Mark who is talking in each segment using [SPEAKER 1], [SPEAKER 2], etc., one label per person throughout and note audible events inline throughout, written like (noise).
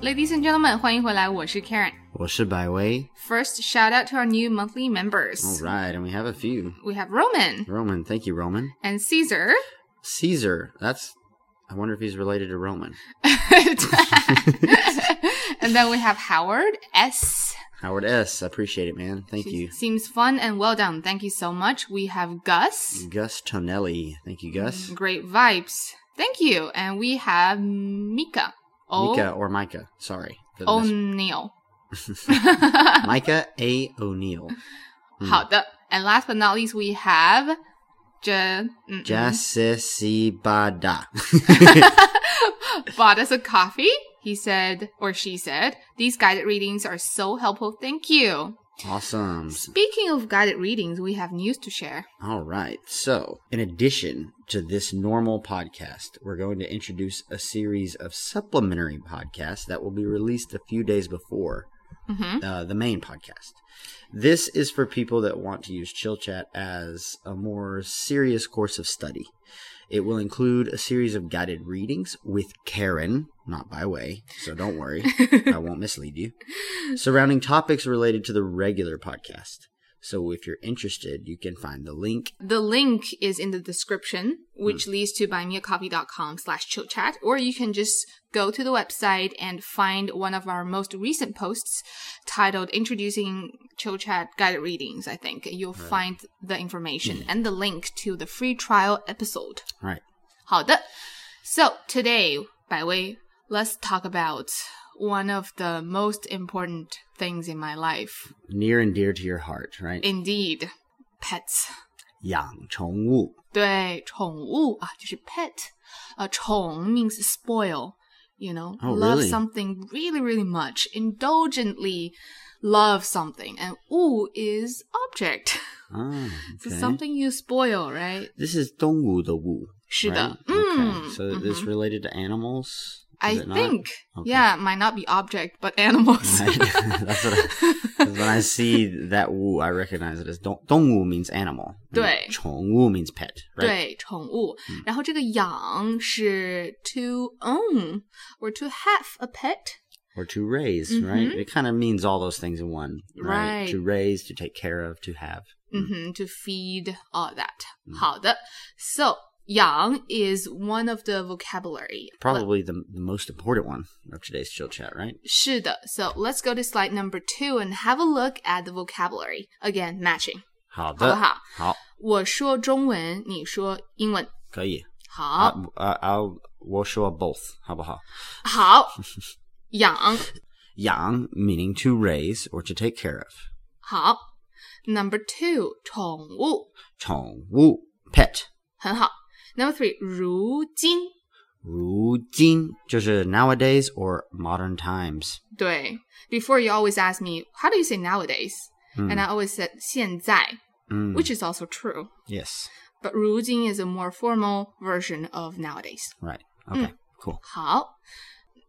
[SPEAKER 1] Ladies and gentlemen，欢迎回来，我是 Karen。
[SPEAKER 2] 我是百威。
[SPEAKER 1] First, shout out to our new monthly members.
[SPEAKER 2] All right, and we have a few.
[SPEAKER 1] We have Roman
[SPEAKER 2] Roman, thank you, Roman.
[SPEAKER 1] and
[SPEAKER 2] (laughs)
[SPEAKER 1] Caesar.
[SPEAKER 2] Caesar, that's. I wonder if he's related to Roman.
[SPEAKER 1] and then we have Howard S.
[SPEAKER 2] Howard S. I appreciate it, man. Thank
[SPEAKER 1] She
[SPEAKER 2] you.
[SPEAKER 1] Seems fun and well done. Thank you so much. We have Gus.
[SPEAKER 2] Gus Tonelli. Thank you, Gus.
[SPEAKER 1] Great vibes. Thank you. And we have Mika. Oh, O-
[SPEAKER 2] Mika or Micah. Sorry. for the
[SPEAKER 1] Oh,
[SPEAKER 2] mis- (laughs)
[SPEAKER 1] O'Neill.
[SPEAKER 2] Micah A. O'Neill.
[SPEAKER 1] (laughs)
[SPEAKER 2] Hmm.
[SPEAKER 1] 好的。And last but not least, we have Ja- mm,
[SPEAKER 2] Jasicibada.
[SPEAKER 1] (laughs) bought us a coffee. He said, or she said, these guided readings are so helpful. Thank you.
[SPEAKER 2] awesome.
[SPEAKER 1] Speaking of guided readings, we have news to share.
[SPEAKER 2] All right. So, in addition to this normal podcast, we're going to introduce a series of supplementary podcasts that will be released a few days before
[SPEAKER 1] hmm
[SPEAKER 2] uh, the main podcast. This is for people that want to use Chill Chat as a more serious course of study. It will include a series of guided readings with Karen, not by way, so don't worry, I won't mislead you, surrounding topics related to the regular podcast. So if you're interested, you can find the link.
[SPEAKER 1] The link is in the description, which leads to buymeacoffee.com slash chillchat, or you can just go to the website and find one of our most recent posts titled Introducing Chillchat Guided Readings, I think. You'll find the information and the link to the free trial episode.
[SPEAKER 2] All right.
[SPEAKER 1] 好的。So today, by way, let's talk about one of the most important things in my life.
[SPEAKER 2] Near and dear to your heart, right?
[SPEAKER 1] Indeed, pets.
[SPEAKER 2] 养宠物.
[SPEAKER 1] 对，宠物啊，就是 pet。呃，宠 means spoil. You know,
[SPEAKER 2] Oh,
[SPEAKER 1] love
[SPEAKER 2] really?
[SPEAKER 1] something really, really much. Indulgently love something. And 物 is object.
[SPEAKER 2] Ah,
[SPEAKER 1] So
[SPEAKER 2] okay.
[SPEAKER 1] something you spoil, right?
[SPEAKER 2] This is 动物的物.
[SPEAKER 1] 是的。
[SPEAKER 2] Right? Okay.
[SPEAKER 1] 嗯，
[SPEAKER 2] So it's related to animals?
[SPEAKER 1] mm, Mm-hmm. I
[SPEAKER 2] Is it not?
[SPEAKER 1] think,
[SPEAKER 2] Okay.
[SPEAKER 1] yeah, might not be object, but (laughs) animals.
[SPEAKER 2] Right. (laughs)
[SPEAKER 1] (laughs)
[SPEAKER 2] that's what I, 'cause when I see that wu, I recognize it as dong wu means animal.
[SPEAKER 1] 对。
[SPEAKER 2] Chong wu means pet, right?
[SPEAKER 1] 对，宠物。然后这个养是 to own or to have a pet.
[SPEAKER 2] Or to raise, right? It kind of means all those things in one, right?
[SPEAKER 1] Mm-hmm. Right.
[SPEAKER 2] To raise, to take care of, to have.
[SPEAKER 1] 嗯哼，to feed all that。好的，so 养 is one of the vocabulary.
[SPEAKER 2] Probably the, the most important one of today's chill chat, right?
[SPEAKER 1] 是的，so let's go to slide number two and have a look at the vocabulary again matching，
[SPEAKER 2] 好
[SPEAKER 1] 好
[SPEAKER 2] 的。
[SPEAKER 1] 不好？
[SPEAKER 2] 好，
[SPEAKER 1] 我说中文，你说英文。
[SPEAKER 2] 可以。
[SPEAKER 1] 好，
[SPEAKER 2] I- I'll- 我说 both, 好不好？
[SPEAKER 1] 好，养
[SPEAKER 2] 养 meaning to raise or to take care of.
[SPEAKER 1] 好。Number two，宠物。
[SPEAKER 2] 宠物 pet.
[SPEAKER 1] 很好。Number three，如今，
[SPEAKER 2] 如今就是 nowadays or modern times.
[SPEAKER 1] 对，before you always ask me how do you say nowadays，and
[SPEAKER 2] Hmm.
[SPEAKER 1] I always said 现在
[SPEAKER 2] 嗯
[SPEAKER 1] ，which is also true。
[SPEAKER 2] Hmm. Yes.
[SPEAKER 1] But 如今 is a more formal version of nowadays。
[SPEAKER 2] Right.
[SPEAKER 1] Hmm.
[SPEAKER 2] Okay. Cool.
[SPEAKER 1] 好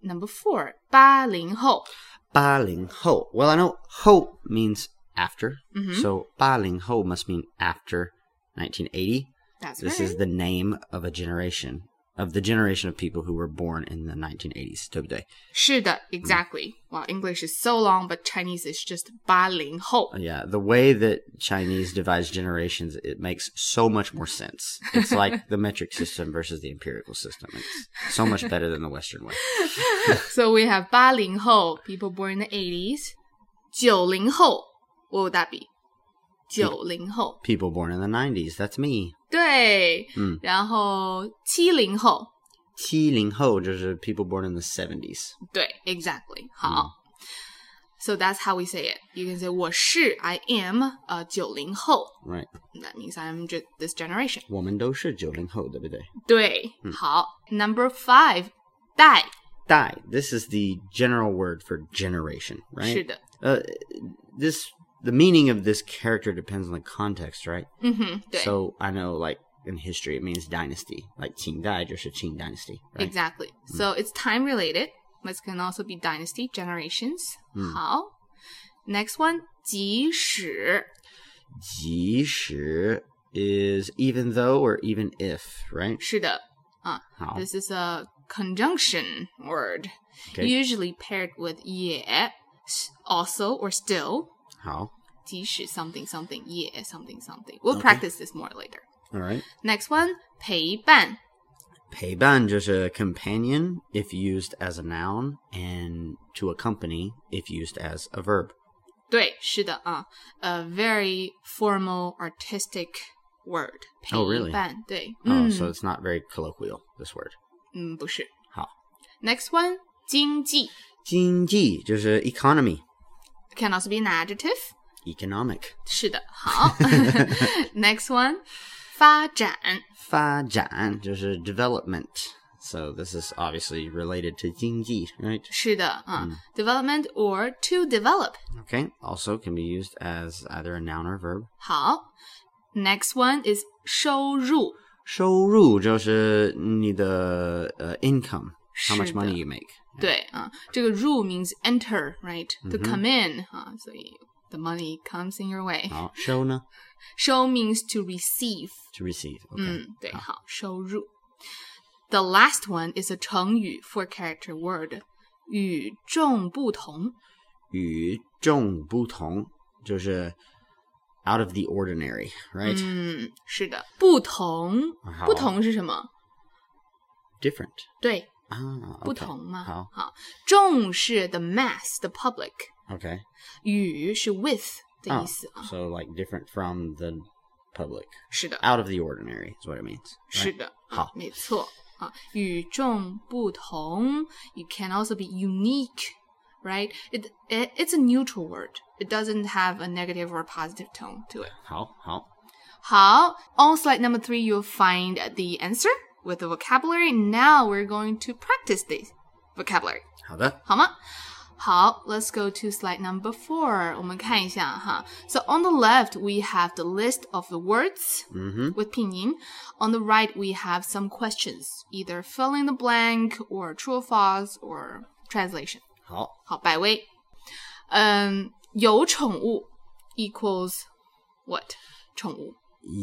[SPEAKER 1] ，Number four，八零后，
[SPEAKER 2] 八零后. Well, I know ho means after.
[SPEAKER 1] Mhm.
[SPEAKER 2] So 八零后 must mean after 1980.
[SPEAKER 1] That's
[SPEAKER 2] This
[SPEAKER 1] right.
[SPEAKER 2] is the name of a generation of the generation of people who were born in the 1980s. 对不对?
[SPEAKER 1] 是
[SPEAKER 2] Hmm.
[SPEAKER 1] 的，exactly。Wow, English is so long, but Chinese is just 八零后。
[SPEAKER 2] (laughs) Yeah, the way that Chinese divides generations, it makes so much more sense. It's like the metric system versus the empirical system. It's so much better than the Western way.
[SPEAKER 1] So we have 八零后 people born in the 80s，九零后，what would that be？九零后。
[SPEAKER 2] People born in the 90s, that's me.
[SPEAKER 1] 对，
[SPEAKER 2] 嗯，
[SPEAKER 1] 然后七零后，
[SPEAKER 2] 70后就是 people born in the 70s.
[SPEAKER 1] 对，exactly，好。So that's how we say it. You can say 我是 I am 呃九零后
[SPEAKER 2] Right.
[SPEAKER 1] That means I'm just this generation.
[SPEAKER 2] 我们都是九零后，对不对？
[SPEAKER 1] 对，好。Number five，代
[SPEAKER 2] Dai. This is the general word for generation,
[SPEAKER 1] 是
[SPEAKER 2] right?
[SPEAKER 1] 的，
[SPEAKER 2] Uh, this the meaning of this character depends on the context, right?
[SPEAKER 1] 嗯哼，对
[SPEAKER 2] So I know, like in history, it means dynasty, like Qing Dai, just a Qing dynasty, right?
[SPEAKER 1] exactly. So it's time related. This can also be dynasty generations. 好，next one，即使
[SPEAKER 2] 即使 is even though or even if, right?
[SPEAKER 1] 是的啊
[SPEAKER 2] 好。
[SPEAKER 1] ，this is a conjunction word,
[SPEAKER 2] Okay.
[SPEAKER 1] usually paired with 也, s- also or still.
[SPEAKER 2] 好，
[SPEAKER 1] 即使 something something 也 something something. We'll practice this more later.
[SPEAKER 2] all right.
[SPEAKER 1] Next one, 陪伴.
[SPEAKER 2] 陪伴 just a companion if used as a noun, and to accompany if used as a verb.
[SPEAKER 1] 对，是的啊，a very formal artistic word.
[SPEAKER 2] Oh, really?
[SPEAKER 1] 陪伴，对，
[SPEAKER 2] Oh,
[SPEAKER 1] 嗯，
[SPEAKER 2] so it's not very colloquial. This word.
[SPEAKER 1] 嗯，不是。
[SPEAKER 2] 好。
[SPEAKER 1] Next one, 经济
[SPEAKER 2] 经济 just a economy,
[SPEAKER 1] can also be an adjective.
[SPEAKER 2] economic. (laughs)
[SPEAKER 1] 是的，好。Next one, 发展
[SPEAKER 2] 发展 just a development. So this is obviously related to 经济, right?
[SPEAKER 1] 是的啊、development or to develop.
[SPEAKER 2] Okay. Also can be used as either a noun or verb.
[SPEAKER 1] 好。Next one is 收入
[SPEAKER 2] 收入 just uh, income, how much
[SPEAKER 1] 是的。
[SPEAKER 2] money you make.
[SPEAKER 1] 对啊，这个入 means enter, right? To
[SPEAKER 2] Mm-hmm.
[SPEAKER 1] come in 啊，所以 the money comes in your way.
[SPEAKER 2] 好，收呢
[SPEAKER 1] Show means to receive.
[SPEAKER 2] to receive. Okay.
[SPEAKER 1] 嗯，对，好，收入。The last one is a 成语 four character word. 与众不同.
[SPEAKER 2] 与众不同就是 out of the ordinary, right?
[SPEAKER 1] 嗯，是的，不同。
[SPEAKER 2] 好。
[SPEAKER 1] 不同是什么？对，
[SPEAKER 2] Different. Ah, okay.
[SPEAKER 1] 不同吗？
[SPEAKER 2] 好。
[SPEAKER 1] 好，众是 the mass, the public.
[SPEAKER 2] Okay.
[SPEAKER 1] 与是 with
[SPEAKER 2] Oh,
[SPEAKER 1] 的意思。
[SPEAKER 2] so like different from the public.
[SPEAKER 1] 是的。
[SPEAKER 2] Out of the ordinary is what it means. right?
[SPEAKER 1] 是的，
[SPEAKER 2] 好。
[SPEAKER 1] 没错啊，与众不同。You can also be unique, right? It, it it's a neutral word. It doesn't have a negative or positive tone to it.
[SPEAKER 2] 好，好。
[SPEAKER 1] 好, on slide number three, you'll find the answer with the vocabulary. Now we're going to practice this vocabulary.
[SPEAKER 2] 好的。
[SPEAKER 1] 好吗？好, let's go to slide number four. 我们看一下哈。So on the left, we have the list of the words with pinyin. On the right, we have some questions, either fill in the blank or true or false or translation.
[SPEAKER 2] 好。
[SPEAKER 1] 好，百位。嗯，有宠物 equals what? 宠物。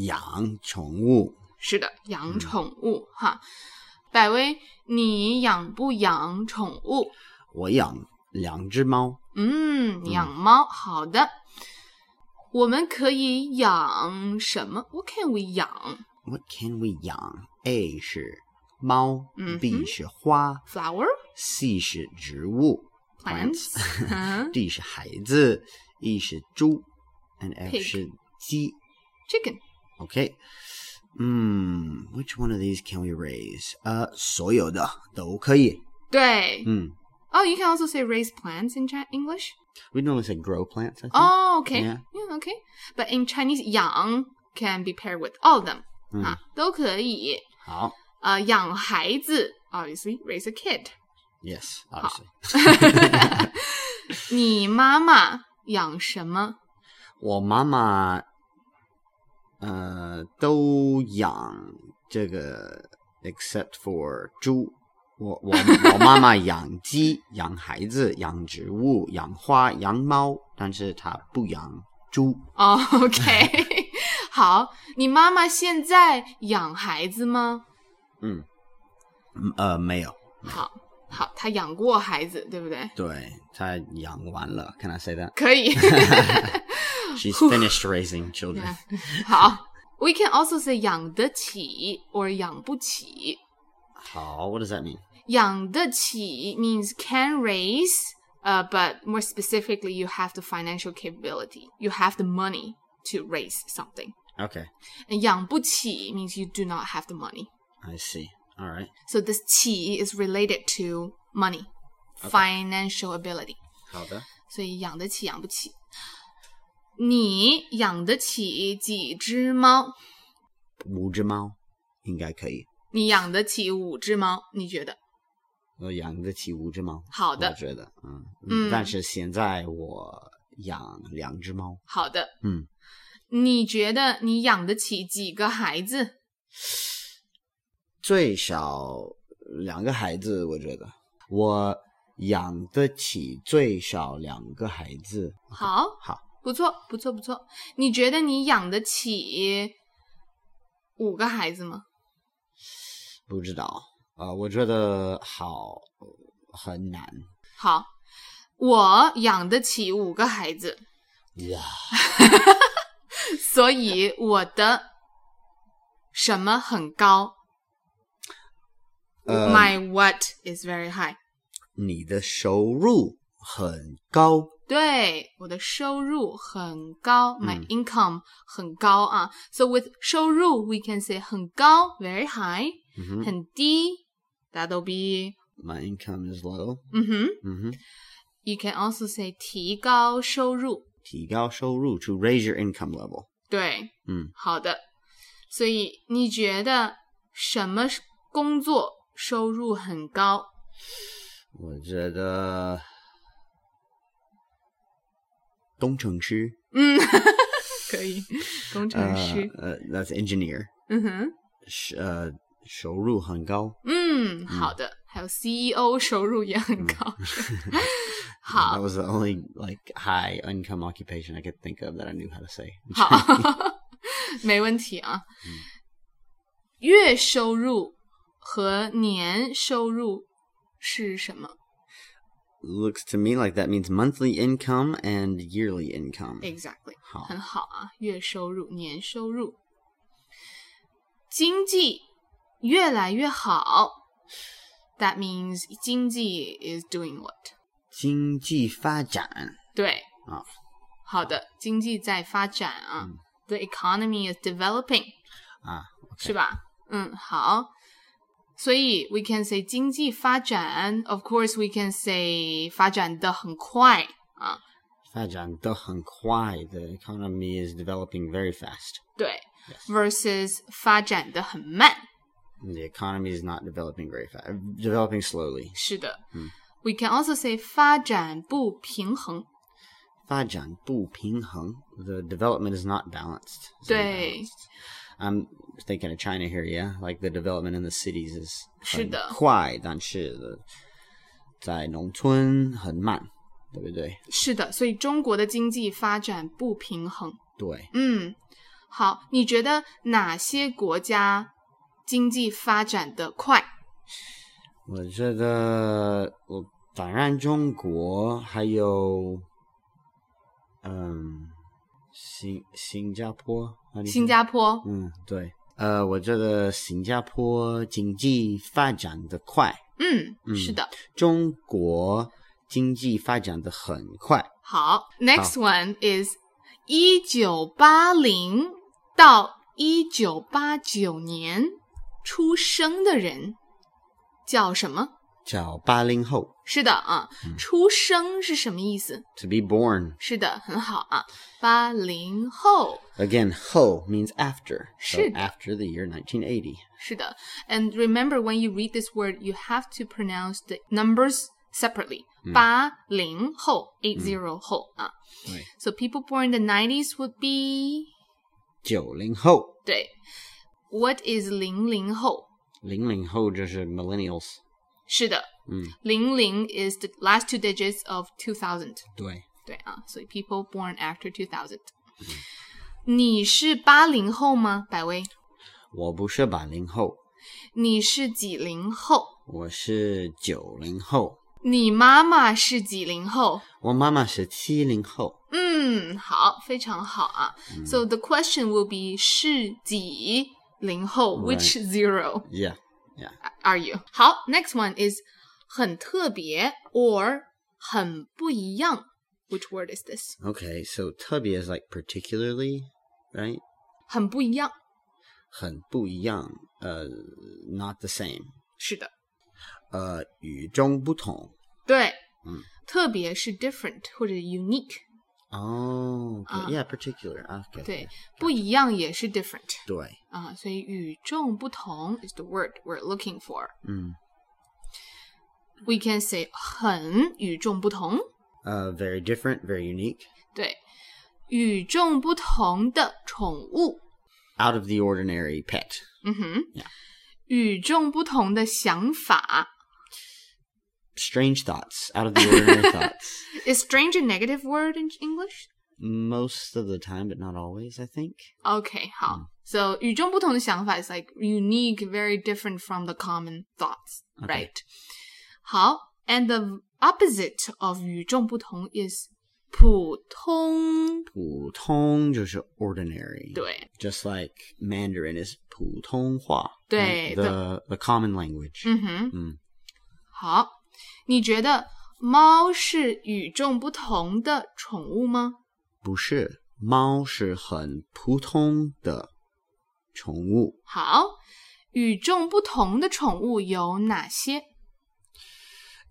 [SPEAKER 2] 养宠物。
[SPEAKER 1] 是的，养宠物、哈。百威，你养不养宠物？
[SPEAKER 2] 我养两只猫。
[SPEAKER 1] 嗯，你养猫。好的，我们可以养什么？What can we 养
[SPEAKER 2] What can we 养？A 是猫、
[SPEAKER 1] 嗯哼。
[SPEAKER 2] B 是花
[SPEAKER 1] ？Flower
[SPEAKER 2] ，C 是植物
[SPEAKER 1] plants？嗯
[SPEAKER 2] (laughs) D 是孩子，E 是猪，and F
[SPEAKER 1] Pig.
[SPEAKER 2] 是鸡。
[SPEAKER 1] ，chicken。
[SPEAKER 2] Okay. Hmm. Which one of these can we raise? Uh, 所有的都可以。
[SPEAKER 1] 对。
[SPEAKER 2] 嗯
[SPEAKER 1] Oh, you can also say raise plants in Chi- English.
[SPEAKER 2] We normally say grow plants, I think.
[SPEAKER 1] Oh, okay.
[SPEAKER 2] Yeah.
[SPEAKER 1] Yeah, okay. But in Chinese, 养 can be paired with all of them. Ah,
[SPEAKER 2] 嗯
[SPEAKER 1] 啊，都可以。
[SPEAKER 2] 好。
[SPEAKER 1] 呃，养孩子，obviously raise a
[SPEAKER 2] (laughs)
[SPEAKER 1] kid.
[SPEAKER 2] Yes, obviously.
[SPEAKER 1] (laughs) 你妈妈养什么？
[SPEAKER 2] 我妈妈，呃，都养这个，except for 猪。我我 (laughs) 我妈妈养鸡、养孩子、养植物、养花、养猫，但是她不养猪。
[SPEAKER 1] 哦、o k 好，你妈妈现在养孩子吗？
[SPEAKER 2] 嗯呃，没有，
[SPEAKER 1] (laughs) 好，好，她养过孩子，对不
[SPEAKER 2] (laughs)
[SPEAKER 1] 对？
[SPEAKER 2] 对，她养完了。Can I say that?
[SPEAKER 1] 可以。
[SPEAKER 2] She's finished raising children.
[SPEAKER 1] 好，We can also say 养得起 or 养不起。
[SPEAKER 2] Oh, 好，What does that mean?
[SPEAKER 1] 养得起 means can raise, uh, but more specifically, you have the financial capability, you have the money to raise something.
[SPEAKER 2] Okay,
[SPEAKER 1] And 养不起 means you do not have the money.
[SPEAKER 2] I see. All right.
[SPEAKER 1] So this qi is related to money, financial ability.
[SPEAKER 2] 好的，
[SPEAKER 1] 所以养得起养不起。你养得起几只猫？
[SPEAKER 2] 五只猫应该可以。
[SPEAKER 1] 你养得起五只猫？你觉得？
[SPEAKER 2] 我养得起五只猫。
[SPEAKER 1] 好的
[SPEAKER 2] 我觉得，嗯，
[SPEAKER 1] 嗯
[SPEAKER 2] 但是现在我养两只猫。
[SPEAKER 1] 好的，
[SPEAKER 2] 嗯，
[SPEAKER 1] 你觉得你养得起几个孩子？
[SPEAKER 2] 最少两个孩子，我觉得我养得起最少两个孩子。
[SPEAKER 1] 好，
[SPEAKER 2] 好，
[SPEAKER 1] 不错，不错，不错。你觉得你养得起五个孩子吗？
[SPEAKER 2] 不知道，呃，我觉得好很难。
[SPEAKER 1] 好，我养得起五个孩子，
[SPEAKER 2] 哇，
[SPEAKER 1] 所以我的什么很高、
[SPEAKER 2] 呃
[SPEAKER 1] m y what is very high。
[SPEAKER 2] 你的收入很高，
[SPEAKER 1] 对，我的收入很高，my income 很高啊。So with 收入，we can say 很高，very high，、
[SPEAKER 2] 嗯哼
[SPEAKER 1] 很低，that'll be，
[SPEAKER 2] My income is low，
[SPEAKER 1] 嗯哼。
[SPEAKER 2] 嗯哼，
[SPEAKER 1] You can also say 提高收入，
[SPEAKER 2] 提高收入 to raise your income level。
[SPEAKER 1] 对，
[SPEAKER 2] 嗯，
[SPEAKER 1] 好的。所以你觉得什么工作收入很高？
[SPEAKER 2] 我觉得工程师，
[SPEAKER 1] 嗯， (laughs) 可以，工程师。
[SPEAKER 2] 呃呃，that's engineer，
[SPEAKER 1] 嗯哼，
[SPEAKER 2] 是呃收入很高，
[SPEAKER 1] 嗯，好的。还有 CEO 收入也很高。好
[SPEAKER 2] That was the only like high income occupation I could think of that I knew how to say.
[SPEAKER 1] (laughs) 好，没问题啊。月收入和年收入是什么
[SPEAKER 2] Looks to me like that means monthly income and yearly income.
[SPEAKER 1] ？Exactly，
[SPEAKER 2] 好
[SPEAKER 1] 很好啊。月收入、年收入，经济越来越好。That means 经济 is doing what？
[SPEAKER 2] 经济发展。
[SPEAKER 1] 对，
[SPEAKER 2] 啊，
[SPEAKER 1] 好的，经济在发展啊。
[SPEAKER 2] 嗯
[SPEAKER 1] The economy is developing。
[SPEAKER 2] 啊
[SPEAKER 1] 是吧？嗯，好。所以 we can say 经济发展，of course we can say 发展的很快啊，
[SPEAKER 2] 发展得很快. The economy is developing very fast.
[SPEAKER 1] 对，versus 发展的很慢，
[SPEAKER 2] The economy is not developing very fast. Developing slowly.
[SPEAKER 1] 是的。
[SPEAKER 2] 嗯
[SPEAKER 1] We can also say 发展不平衡，
[SPEAKER 2] 发展不平衡. The development is not balanced. It's
[SPEAKER 1] 对
[SPEAKER 2] unbalanced. I'm thinking of China here, yeah. Like the development in the cities is
[SPEAKER 1] 是的。
[SPEAKER 2] 很快，但是在农村很慢，对不对？对，
[SPEAKER 1] 是的。所以中国的经济发展不平衡。嗯，好，你觉得哪些国家经济发展的快？
[SPEAKER 2] 我觉得，我当然中国还有，嗯，新新加坡，how do you say？
[SPEAKER 1] 新加坡，
[SPEAKER 2] 嗯，对，呃，我觉得新加坡经济发展的快，
[SPEAKER 1] 嗯，
[SPEAKER 2] 嗯
[SPEAKER 1] 是的。
[SPEAKER 2] 中国经济发展的很快。
[SPEAKER 1] 好，next one is 一九八零到一九八九年出生的人叫什么？
[SPEAKER 2] 叫八零后
[SPEAKER 1] 是的啊，出生是什么意思？
[SPEAKER 2] ，to be born
[SPEAKER 1] 是的，很好啊，八零后。
[SPEAKER 2] again. Ho means after, so
[SPEAKER 1] 是的。
[SPEAKER 2] after the year 1980.
[SPEAKER 1] 是的，and remember when you read this word, you have to pronounce the numbers separately. 八零后，eight zero 后啊。
[SPEAKER 2] 对
[SPEAKER 1] So people born in the nineties would be
[SPEAKER 2] 九零后，
[SPEAKER 1] 对，What is 零零后？
[SPEAKER 2] 零零后就是 millennials。
[SPEAKER 1] 是的，
[SPEAKER 2] 嗯，
[SPEAKER 1] 零零 is the last two digits of two thousand。
[SPEAKER 2] 对。
[SPEAKER 1] 对啊，所以 people born after two thousand。你是八零后吗，百威？
[SPEAKER 2] 我不是八零后，
[SPEAKER 1] 你是几零后？
[SPEAKER 2] 我是九零后，
[SPEAKER 1] 你妈妈是几零后？
[SPEAKER 2] 我妈妈是七零后。
[SPEAKER 1] 嗯，好，非常好啊。So the question will be 是几零后
[SPEAKER 2] Right.
[SPEAKER 1] which zero
[SPEAKER 2] Yeah,
[SPEAKER 1] are you？好，next one is 很特别 or 很不一样。Which word is this？
[SPEAKER 2] okay. So 特别 is like particularly, right?
[SPEAKER 1] 很不一样，
[SPEAKER 2] 很不一样，呃、not the same.
[SPEAKER 1] 是的。
[SPEAKER 2] 呃，与众不同。
[SPEAKER 1] 对，
[SPEAKER 2] 嗯
[SPEAKER 1] 特别是 different 或者 unique，
[SPEAKER 2] 哦、
[SPEAKER 1] 啊
[SPEAKER 2] Oh, yeah, particular. Ah. Okay.
[SPEAKER 1] 对，不一样也是 different
[SPEAKER 2] 对，
[SPEAKER 1] 啊，所以与众不同 is the word we're looking for。
[SPEAKER 2] 嗯，
[SPEAKER 1] We can say 很与众不同，
[SPEAKER 2] 呃、v e r y different, very unique,
[SPEAKER 1] 对，与众不同的宠物，
[SPEAKER 2] out of the ordinary pet.
[SPEAKER 1] 嗯哼
[SPEAKER 2] Yeah，
[SPEAKER 1] 与众不同的想法
[SPEAKER 2] (laughs) Strange thoughts, out of the ordinary thoughts.
[SPEAKER 1] is strange a negative word in English？
[SPEAKER 2] most of the time, but not always, I think.
[SPEAKER 1] Okay, 好。So 与众不同的想法 is like unique, very different from the common thoughts,
[SPEAKER 2] Okay.
[SPEAKER 1] right? 好 and the opposite of 与众不同 is 普通.
[SPEAKER 2] 普通就是 ordinary.
[SPEAKER 1] 对
[SPEAKER 2] Just like Mandarin is 普通话.
[SPEAKER 1] 对，
[SPEAKER 2] right? The, Mm-hmm. the common language. Hmm.
[SPEAKER 1] 嗯哼，
[SPEAKER 2] 嗯，
[SPEAKER 1] 好。你觉得猫是与众不同的宠物吗？
[SPEAKER 2] 不是，猫是很普通的宠物。
[SPEAKER 1] 好，与众不同的宠物有哪些？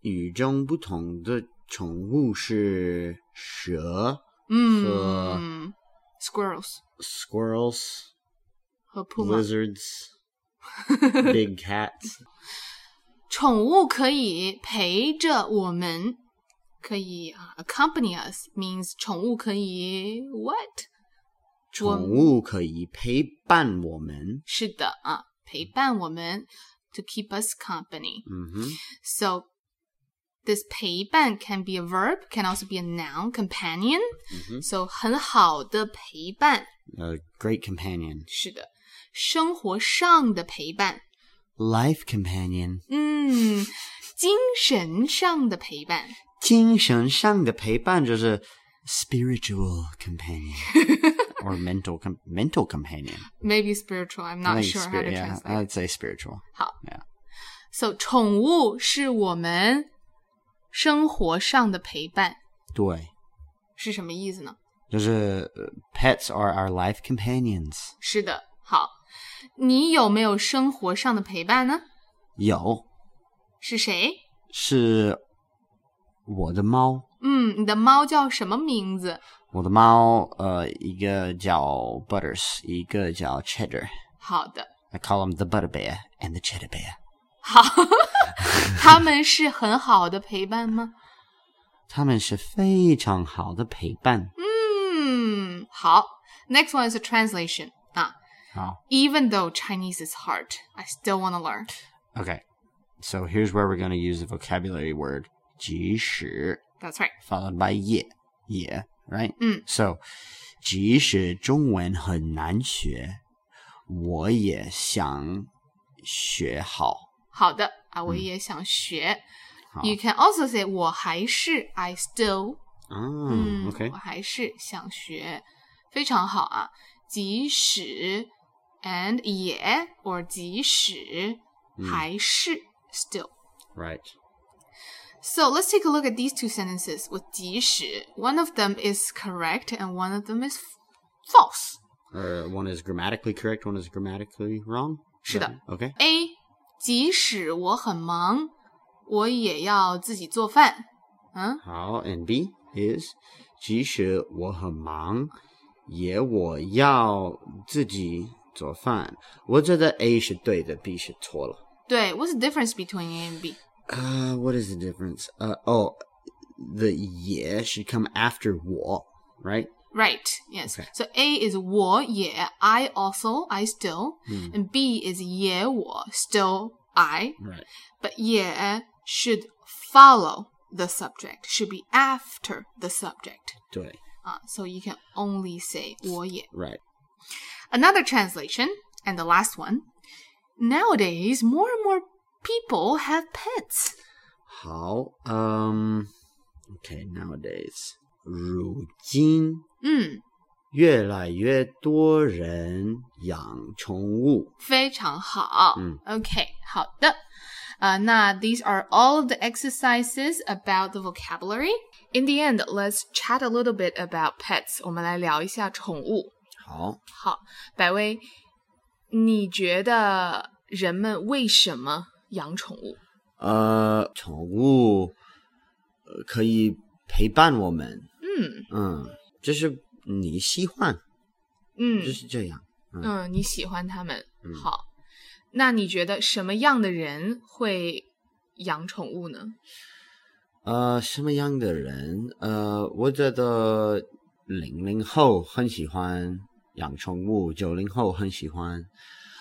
[SPEAKER 2] 与众不同的宠物是蛇
[SPEAKER 1] 嗯，squirrels
[SPEAKER 2] ，squirrels,
[SPEAKER 1] 和 puma。 (laughs)
[SPEAKER 2] lizards, big cats。
[SPEAKER 1] 宠物可以陪着我们，可以啊，accompany us means 宠物可以 what？
[SPEAKER 2] 宠物可以陪伴我们。
[SPEAKER 1] 是的啊，陪伴我们 to keep us company。
[SPEAKER 2] 嗯哼，
[SPEAKER 1] So this 陪伴 can be a verb, can also be a noun, companion.
[SPEAKER 2] 嗯哼
[SPEAKER 1] So 很好的陪伴，
[SPEAKER 2] ，a great companion,
[SPEAKER 1] 是的，生活上的陪伴，
[SPEAKER 2] life companion，
[SPEAKER 1] 嗯，精神上的陪伴。
[SPEAKER 2] 精神上的陪伴就是 spiritual
[SPEAKER 1] (laughs)
[SPEAKER 2] companion or mental com mental companion.
[SPEAKER 1] Maybe spiritual. I'm
[SPEAKER 2] I
[SPEAKER 1] not
[SPEAKER 2] think
[SPEAKER 1] sure how
[SPEAKER 2] spir-
[SPEAKER 1] to
[SPEAKER 2] yeah,
[SPEAKER 1] translate.
[SPEAKER 2] I'd say spiritual.
[SPEAKER 1] So 宠物是我们生活上的陪伴，
[SPEAKER 2] 对，
[SPEAKER 1] 是什么意思呢？
[SPEAKER 2] 就是 uh, pets are our life companions.
[SPEAKER 1] 是的，好，你有没有生活上的陪伴呢？ (laughs)
[SPEAKER 2] 有
[SPEAKER 1] 是谁？
[SPEAKER 2] 是我的猫，
[SPEAKER 1] 嗯，你的猫叫什么名字？
[SPEAKER 2] 我的猫呃，一个叫 Butters，一个叫 Cheddar。
[SPEAKER 1] 好的，
[SPEAKER 2] I call them the Butter Bear and the Cheddar Bear。
[SPEAKER 1] 好，他们是很好的陪伴吗？
[SPEAKER 2] 他们是非常好的陪伴。
[SPEAKER 1] 嗯，好。Next one is a translation 啊。
[SPEAKER 2] 好
[SPEAKER 1] Even though Chinese is hard, I still want to learn.
[SPEAKER 2] ，OK。So here's where we're going to use the vocabulary word 即使
[SPEAKER 1] That's right.
[SPEAKER 2] followed by 也也，right？
[SPEAKER 1] 嗯
[SPEAKER 2] ，So 即使中文很难学，我也想学好。
[SPEAKER 1] 好的啊，我也想学。
[SPEAKER 2] 好
[SPEAKER 1] You can also say 我还是 I still，
[SPEAKER 2] 啊、
[SPEAKER 1] 嗯
[SPEAKER 2] o k
[SPEAKER 1] 我还是想学，非常好啊。即使 and 也 or 即使、还是 still。
[SPEAKER 2] right.
[SPEAKER 1] So let's take a look at these two sentences with 即使。One of them is correct and one of them is f- false.
[SPEAKER 2] Or one is grammatically correct, one is grammatically wrong.
[SPEAKER 1] 是的。
[SPEAKER 2] Okay.
[SPEAKER 1] A 即使我很忙，我也要自己做饭。嗯，
[SPEAKER 2] 好，and B is 即使我很忙，也我要自己做饭。我觉得 A 是对的，B 是错了。
[SPEAKER 1] 对，What's the difference between A and B？
[SPEAKER 2] Uh, what is the difference? Uh, oh, the 也 should come after 我，right?
[SPEAKER 1] Right. Yes.
[SPEAKER 2] Okay.
[SPEAKER 1] So A is 我也 I also I still,
[SPEAKER 2] Hmm.
[SPEAKER 1] and B is 也我 still I.
[SPEAKER 2] Right.
[SPEAKER 1] But 也 should follow the subject. Should be after the subject.
[SPEAKER 2] 对
[SPEAKER 1] Uh, so you can only say 我也。
[SPEAKER 2] ，right.
[SPEAKER 1] Another translation and the last one. Nowadays, more and more people have pets.
[SPEAKER 2] 好，嗯、um,，okay. um, Nowadays，如今
[SPEAKER 1] 嗯，
[SPEAKER 2] 越来越多人养宠物。
[SPEAKER 1] 非常好。
[SPEAKER 2] 嗯
[SPEAKER 1] OK，好的。啊、那 these are all the exercises about the vocabulary. In the end, let's chat a little bit about pets. 我们来聊一下宠物。
[SPEAKER 2] 好，
[SPEAKER 1] 好，百威，你觉得人们为什么养宠物？
[SPEAKER 2] 呃，宠物呃可以陪伴我们，
[SPEAKER 1] 嗯
[SPEAKER 2] 嗯，就是你喜欢，
[SPEAKER 1] 嗯
[SPEAKER 2] 就是这样。
[SPEAKER 1] 嗯，你喜欢它们。好，那你觉得什么样的人会养宠物呢？
[SPEAKER 2] 呃，什么样的人？呃，我觉得零零后很喜欢养宠物，九零后很喜欢。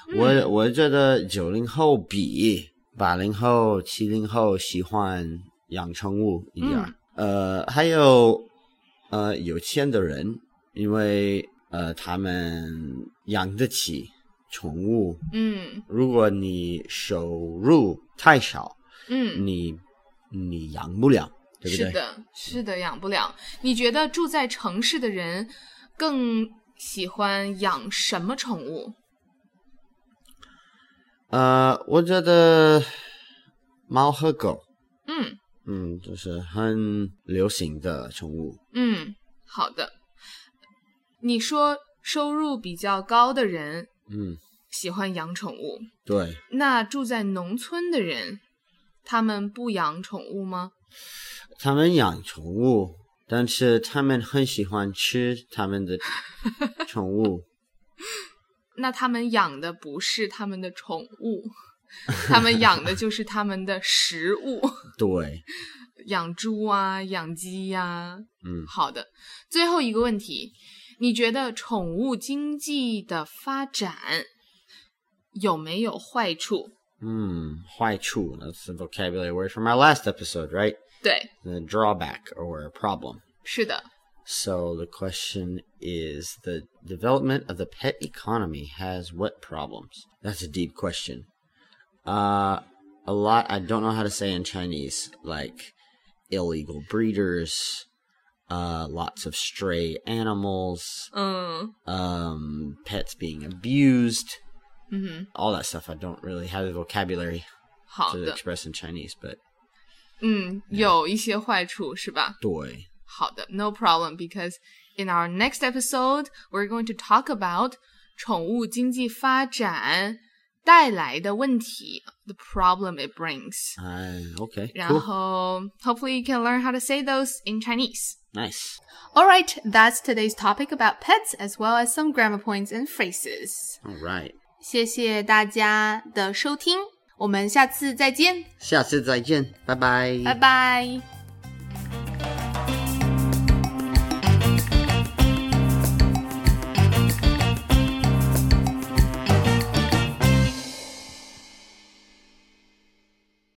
[SPEAKER 1] 嗯
[SPEAKER 2] 我我觉得九零后比八零后、
[SPEAKER 1] 嗯
[SPEAKER 2] 七零后喜欢养宠物一样。呃，还有呃有钱的人，因为呃他们养得起宠物。
[SPEAKER 1] 嗯
[SPEAKER 2] 如果你收入太少，
[SPEAKER 1] 嗯，
[SPEAKER 2] 你你养不了，对不
[SPEAKER 1] 是
[SPEAKER 2] 对？
[SPEAKER 1] 的，是的，养不了。你觉得住在城市的人更喜欢养什么宠物？
[SPEAKER 2] 呃，我觉得猫和狗，
[SPEAKER 1] 嗯
[SPEAKER 2] 嗯，就是很流行的宠物。 (laughs)
[SPEAKER 1] 嗯，好的。你说收入比较高的人
[SPEAKER 2] 嗯，
[SPEAKER 1] 喜欢养宠物，
[SPEAKER 2] 对，
[SPEAKER 1] 那住在农村的人，他们不养宠物吗？
[SPEAKER 2] 他们养宠物，但是他们很喜欢吃他们的宠物。
[SPEAKER 1] 那他们养的不是他们的宠物， (laughs) 他们养的就是他们的食物，
[SPEAKER 2] 对，
[SPEAKER 1] 养猪啊，养鸡呀、
[SPEAKER 2] 嗯，
[SPEAKER 1] 好的，最后一个问题，你觉得宠物经济的发展有没有坏处？
[SPEAKER 2] Hmm, Huai Chu. That's the vocabulary word from our last episode, right?
[SPEAKER 1] 对，
[SPEAKER 2] The drawback or a problem.
[SPEAKER 1] 是的，
[SPEAKER 2] So the question is the development of the pet economy has what problems? That's a deep question. Uh, a lot I don't know how to say in Chinese, like illegal breeders, uh, lots of stray animals,
[SPEAKER 1] 嗯
[SPEAKER 2] um, pets being abused,
[SPEAKER 1] 嗯哼，
[SPEAKER 2] all that stuff. I don't really have the vocabulary
[SPEAKER 1] 好
[SPEAKER 2] to
[SPEAKER 1] 的，
[SPEAKER 2] express in Chinese, but
[SPEAKER 1] 嗯，有一些坏处是吧？
[SPEAKER 2] Doi.
[SPEAKER 1] 好的，no problem. Because in our next episode, we're going to talk about 宠物经济发展带来的问题，the problem it brings.
[SPEAKER 2] Uh, okay.
[SPEAKER 1] 然
[SPEAKER 2] Cool.
[SPEAKER 1] 后，hopefully you can learn how to say those in Chinese.
[SPEAKER 2] Nice.
[SPEAKER 1] All right, that's today's topic about pets as well as some grammar points and phrases.
[SPEAKER 2] All right.
[SPEAKER 1] 谢谢大家的收听，我们下次再见，
[SPEAKER 2] 下次再见，拜拜。
[SPEAKER 1] 拜拜。